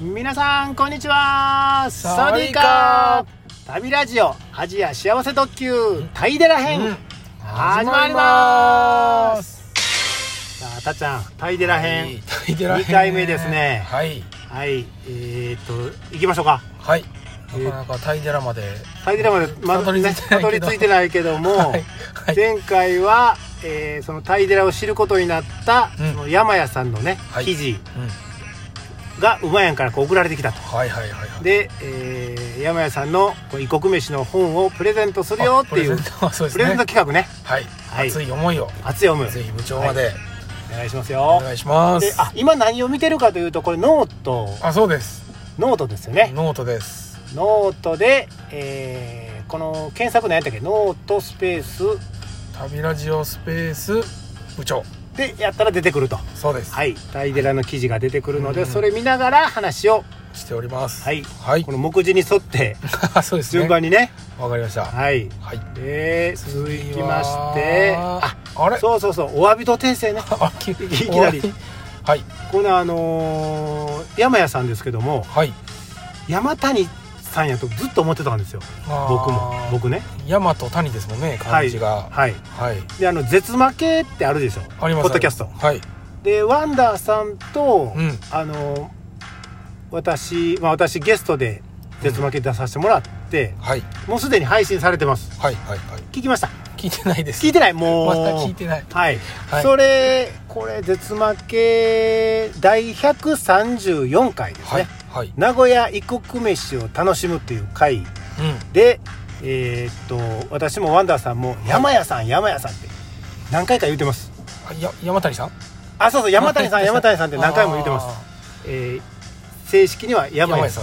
皆さんこんにちはサワディーカー旅ラジオアジア幸せ特急タイデラ編、うん始まりますさあたっちゃんタイデラ編、はいタイデラ編二回目ですねはいはいえー、っと行きましょうかはいなかなかタイデラまでタイデラまでまたどり着いてないけどたどり着いてないけども、 はいはい前回は、えーそのタイデラを知ることになった、うんその山屋さんのね、はい記事うんが馬やんからこう送られてきたとはいはいはいはいで、えー山屋さんのこう異国飯の本をプレゼントするよっていうあプレゼントそうプですレゼンねト企画ねはいはい熱い思いを熱いオムぜひ部長までお願いしますおよ願いしまですあ今何を見てるかというとこれノートあそうですノートですよねノートですノートで、えーこの検索何やったっけノートスペース旅ラジオスペース部長でやったら出てくるとそうですはいタイデラの記事が出てくるので、うんそれ見ながら話をしておりますはいはいこの目次に沿って そうですね順番にねわかりましたははいいで続次きましはてあああれそうそうそうお詫びと訂正ねあきいきなりはいこのあのー山屋さんですけどもはい山谷さんやとずっと思ってたんですよ僕も僕ね山と谷ですもんね漢字がはいはい、であの絶負けってあるでしょありますポッドキャストはいでワンダーさんと、うんあの私、まあ、私ゲストで絶負け出させてもらって、はいもうすでに配信されてますはいはいはい聞きました聞いてないです聞いてないもうまだ聞いてないはい、はいそれこれ絶負け第134回ですね、はいはい名古屋異国飯を楽しむっていう回うでえーっと私もワンダーさんも「山屋さん山屋さん」って何回か言うてますんあや山谷さんあそうそう山谷さん山谷さんって何回も言ってますあえー正式にはー山山屋谷さ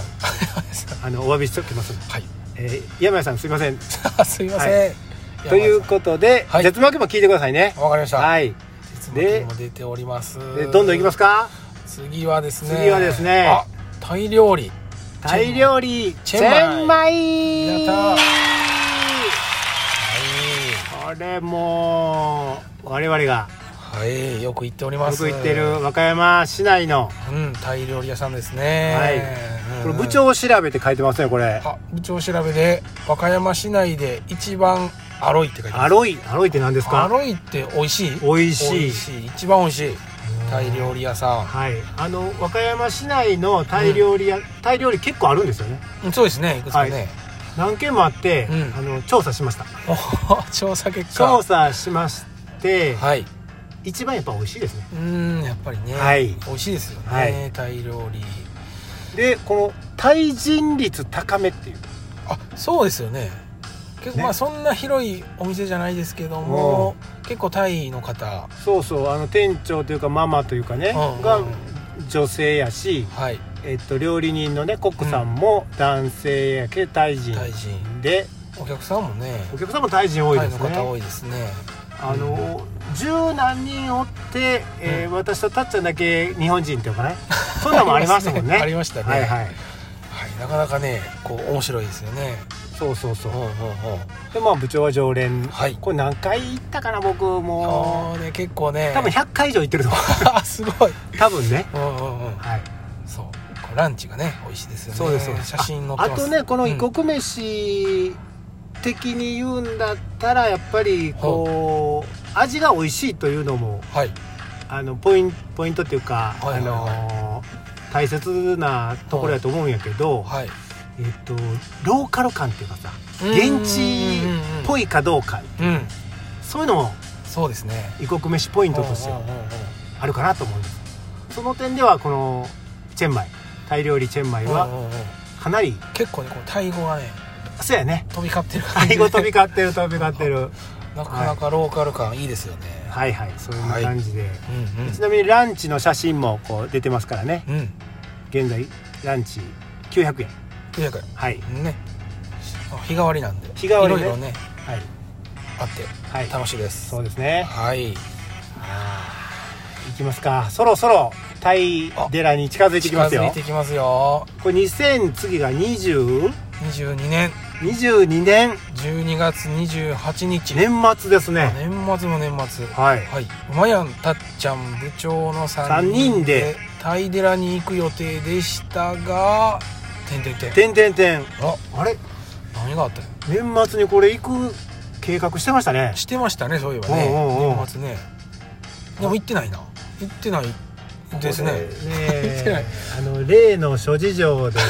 んさん山谷さん あのお詫びしておきます、はいえー山屋さんすいませんあすいません、という山谷ことで、はい絶負けも聞いてくださいねさんわかりました、、はいいでも出ておりますでどんどんいきますか次はですね次はですねあタイ料理タイ料理チチェェンンママイやったーはこれもう我々がはい、はい、よく行っておりまよすく行ってる和歌山市内のうん、タイ料理屋さんですね。はいこうんれ部長を調べて書いてますねこれあ、部長調べで、和歌山市内で一番アロイって書いてアます。ロイアロイって何ですアかロイって美味しい。美味しい美味しい。一番美味しい。タイ料理屋さはいあの和歌山市内のタイ料理屋、タイ料理結構あるんですよねんうん。そうですね。いくつかね。何件もあって、うんあの調査しましたおー調査結果。調査しまして、はい。一番やっぱ美味しいですねうん、やっぱりね。はい美味しいですよね。はいタイ料理。でこのタイ人率高めっていうあ、そうですよね。結構、ねまあそんな広いお店じゃないですけども、結構タイの方、そうそうあの店長というかママというかね、うんうんが女性やし、はい、えっと、料理人のねコックさんも男性やけタイ人タイ人。で、お客さんもね、お客さんもタイ人多いタイでのすね方多いですね。あの十何人おって、えー私とたっちゃんだけ日本人っていうかねそんなんもありましたもんね ありましたね。はいい。はいなかなかね、こう面白いですよね。そうそうそう、うんうんうん。でまあ部長は常連、はいこれ何回行ったかな僕もああね結構ね。う多分100回以上行ってると思うあ すごい。多分ねうんうんうん。はいそう。こうランチがね美味しいですよね。そうですそうです写真載ってあます。とねこのうん異国飯的に言うんだったらやっぱりこう味が美味しいというのもはいあのポインポイントっていうか、はいはいはいあのー大切なところやと思うんやけど、はい。えっとローカル感っていうかさ現地っぽい。いかどうかうん。そういうのもそうですね。異国飯ポイントとしてうんうんうんうんあるかなと思うんですその点ではこのチェンマイタイ料理チェンマイうはんうんうんかなり結構ねこうタイ語がねそうや ね飛び交ってる感タじで。イ語飛び交ってる飛び交ってるなかなかローカル感いいですよね。はいはいそんな感じで、うんうんちなみにランチの写真もこう出てますからねうん。現在ランチ900円とにかくはいね日替わりなんで日替わりねいろいろねはいあってはい楽しいですそうですねはい行きますかそろそろタイ寺に近づいてきます近づよいてきますよこれ2000次が2022 22年年12月28日年末ですね年末も年末はいはいまやんたっちゃん部長の3 3人で人でタイ寺に行く予定でしたがてんてんてんてんてんてんああれ何があったの年末にこれ行く計画してましたねしてましたねそういえばおうおうおねう年末ねでも行ってないな行ってないですね これね行ってないあの例の諸事情で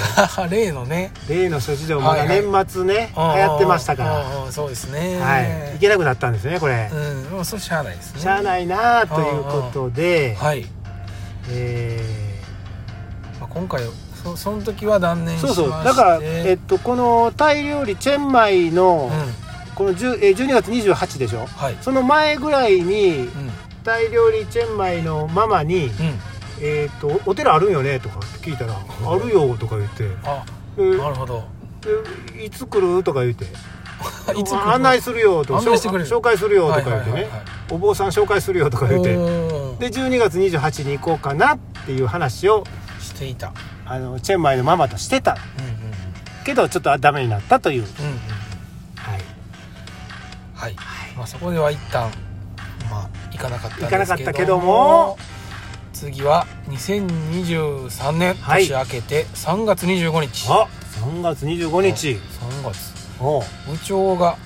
例のね例の諸事情まだはい年は末ね、うんうんうん流行ってましたから、うんうんそうですねはい行けなくなったんですねこれ、うんもうそうしゃあないですねしゃあないなあということで、はい、えまあ、今回そその時は断念ーしそまうしてそうだから、えっと、このタイ料理チェンマイうの、んこの10えー12月28でしょはいその前ぐらいにうんタイ料理チェンマイのママにうん「えー、とお寺あるんよね?」とか聞いたら「あるよ」とか言ってあなでるほどで「いつ来る?」とか言って「いつ来るの案内するよ」とか案内してくれる紹介するよ」とか言ってはねいはいはいはい「お坊さん紹介するよ」とか言っておーで12月28に行こうかなっていう話をしていたあのチェンマイのママとしてたうんうんけどちょっとダメになったという、うんうんうんはい、はい、まあ、そこでは一旦まあ行かなかったんですけど行かなかったけども次は2023年はい年明けて3月25日、あ3月25日3月おう部長が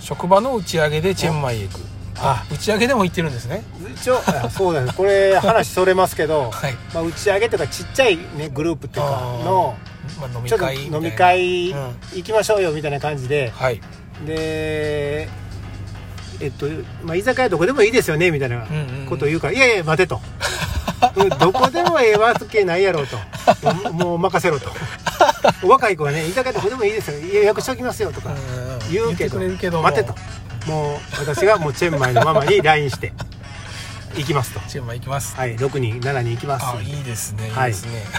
職場の打ち上げでチェンマイへ行くあ打ち上げでも行ってるんですね一応あそうだねこれ話それますけど、 はい、まあ、打ち上げとかちっちゃい、ね、グループっていうかのまあ、飲みちょっと会みたいな飲み会うん行きましょうよみたいな感じで、はい、でえっと、まあ、居酒屋どこでもいいですよねみたいなうんうんうんことを言うから「いやいや待て」と「うんどこでもええわけないやろ」と「もうもう任せろ」 と「若い子はね居酒屋どこでもいいですよ予約しておきますよ」とうかんうん言うけってくどれるけども待て」ともう私がもうチェンマイのママに LINE して「行きます」とチェンマイ行きま「すはい6人7人行きます」あいいですねいいはいですね、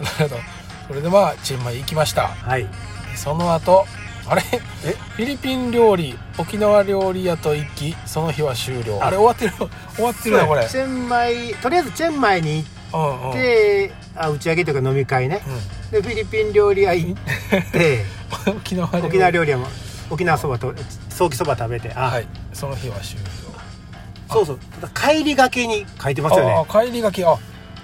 なるほどそれでまあチェンマイ行きましたはいでその後あれえフィリピン料理沖縄料理屋と行きその日は終了ああれ終わってる終わってるなこれチェンマイとりあえずチェンマイに行うんうんって、あ打ち上げというか飲み会ねでフィリピン料理屋行 ってうん 沖縄料理沖縄料理屋も沖縄そばとソーキそば食べてあ、はいその日は終了そうそう帰りがけに書いてますよあねあ帰りがけあ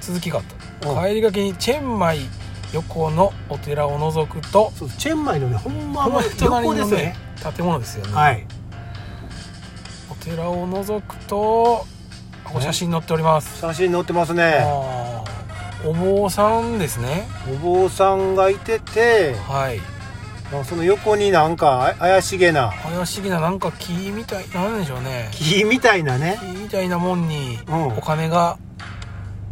続きがあった、うん帰りがけにチェンマイ横のお寺を除くとそうチェンマイのねほんまこのの隣横でのすよねね建物ですよね、はいお寺を除くとあこれ写真載っております、写真載ってますねあーお坊さんですねお坊さんがいててはいまあその横になんかあ怪しげな怪しげななんか木みたいなんでしょうね木みたいなね木みたいなもんにうんお金が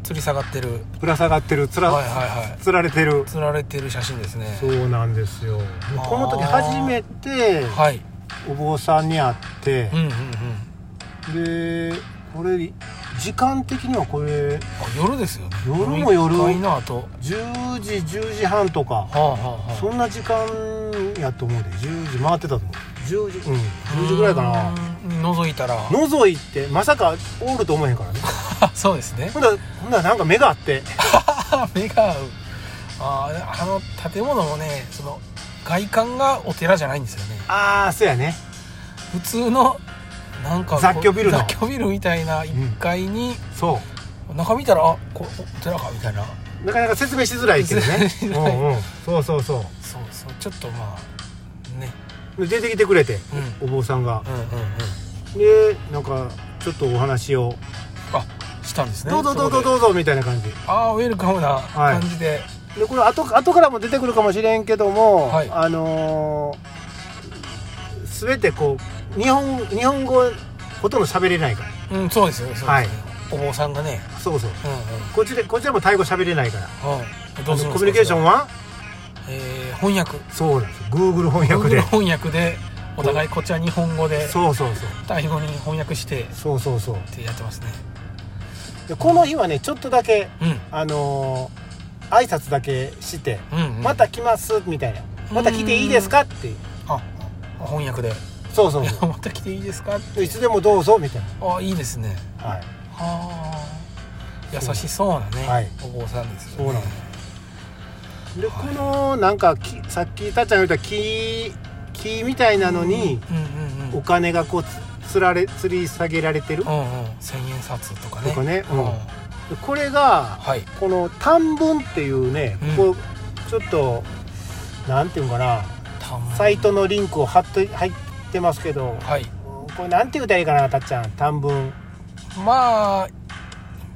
吊り下がってる、ぶら下がってるつら,、はいはいはいつられてる吊られてる写真ですねそうなんですよあーこの時初めてはいお坊さんに会ってうんうんうんでこれ時間的にはこれあ夜ですよね夜も夜飲み会の後は10時10時半とかあはあそはんな時間やと思うで10時回ってたと思う10時うんあ10時ぐらいかなうーん覗いたら覗いてまさかおると思えへんからねそうですね ほんだらほんだらなんか目があってあ目が合うあーあの建物もねその外観がお寺じゃないんですよねああそうやね普通のなんかこう雑居ビルの雑居ビルみたいな1階に、そ中見たらあこお寺かみたいなうなかなか説明しづらいけどね 説う明しづらいんうんそうそうそそうそうちょっとまあねうで出てきてくれてうんお坊さんがうんうんうんでなんかちょっとお話をあしたんですねどうぞどうそぞこでどうぞみたいな感じああウェルカムな感じで、でこれ後後からも出てくるかもしれんけども、はいあのー、全てこう日本日本語ほとんど喋れないかうんそうですよそうですよ、はいお坊さんがねらそうそううんうんこっちでこっちでもタイ語喋れないからはいどうするんですかコミュニケーションは、はえー、翻訳そうなんです Google 翻訳で Google 翻訳でお互いこっちは日本語でそうそうタイ語に翻訳してそうそうそうそうってやってますねでこの日はねちょっとだけうんあのー、挨拶だけして、うん、うん、また来ますみたいなまた来ていいですかっていうあ翻訳でそうそういそや また来ていいですかういつでもどうぞみたいあいいですねなはいはあ優しそうなね、はいお坊さんですよ、ね、そうなんですでこのなんか木さっきたっちゃんが言った木木みたいなのにうんうんうんお金がこうつつられ吊り下げられてるうんうん千円札とかねとかねうんうんこれがはいこの短文っていうね、こうこちょっとなんていうのかなたんサイトのリンクを貼って入ってますけどはいこれなんて言うたらいいかなたっちゃん短文まあ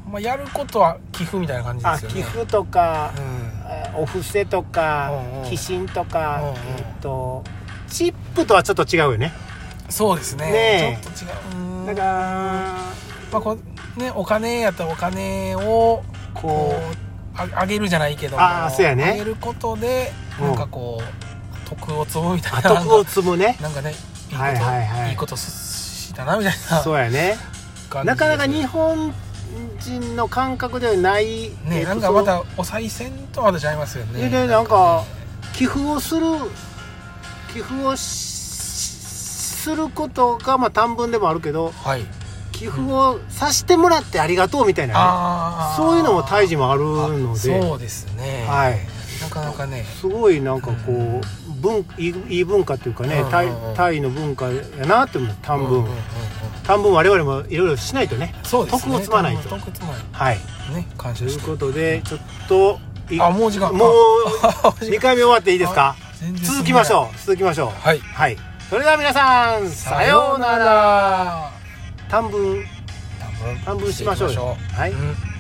まあやることは寄付みたいな感じであすよね寄付とかう、んえーお布施とかうんうん寄進とか、うんうんえっとチップとはちょっと違うよねそうですねねえちょっと違ううんだからまあこうね、お金やったらお金をここうああげるじゃないけどもあーそうやねあげることでうんなんかこう徳を積むみたういな徳を積むねなんかねいいこと、はいいはいはいいことししたなみたいなそうやね感じなかなかに日本人の感覚ではない、えねっとなんかまたお賽銭とまた違いますよそのねででなんか寄付をする寄付をしすることがまあ短文でもあるけどはい寄付をさしてもらってありがとうみたいなね、ああそういうのも胎児もあるのでそうですね、はいなかなかねすごいなんかこう文いいいい文化っていうかね、うんタイうんうんタイの文化やなって思う短文、うんうんうんうん短文我々もいろいろしないとねそうですね徳を積まないと徳を積まないはいとね感と謝いしうてことでちょっといあもう時間かも う時間2回目終わっていいですか全然続きましょう続きましょうはいはいそれでは皆さんさようならら短文短文短文しましょうよしていきましょうはいうん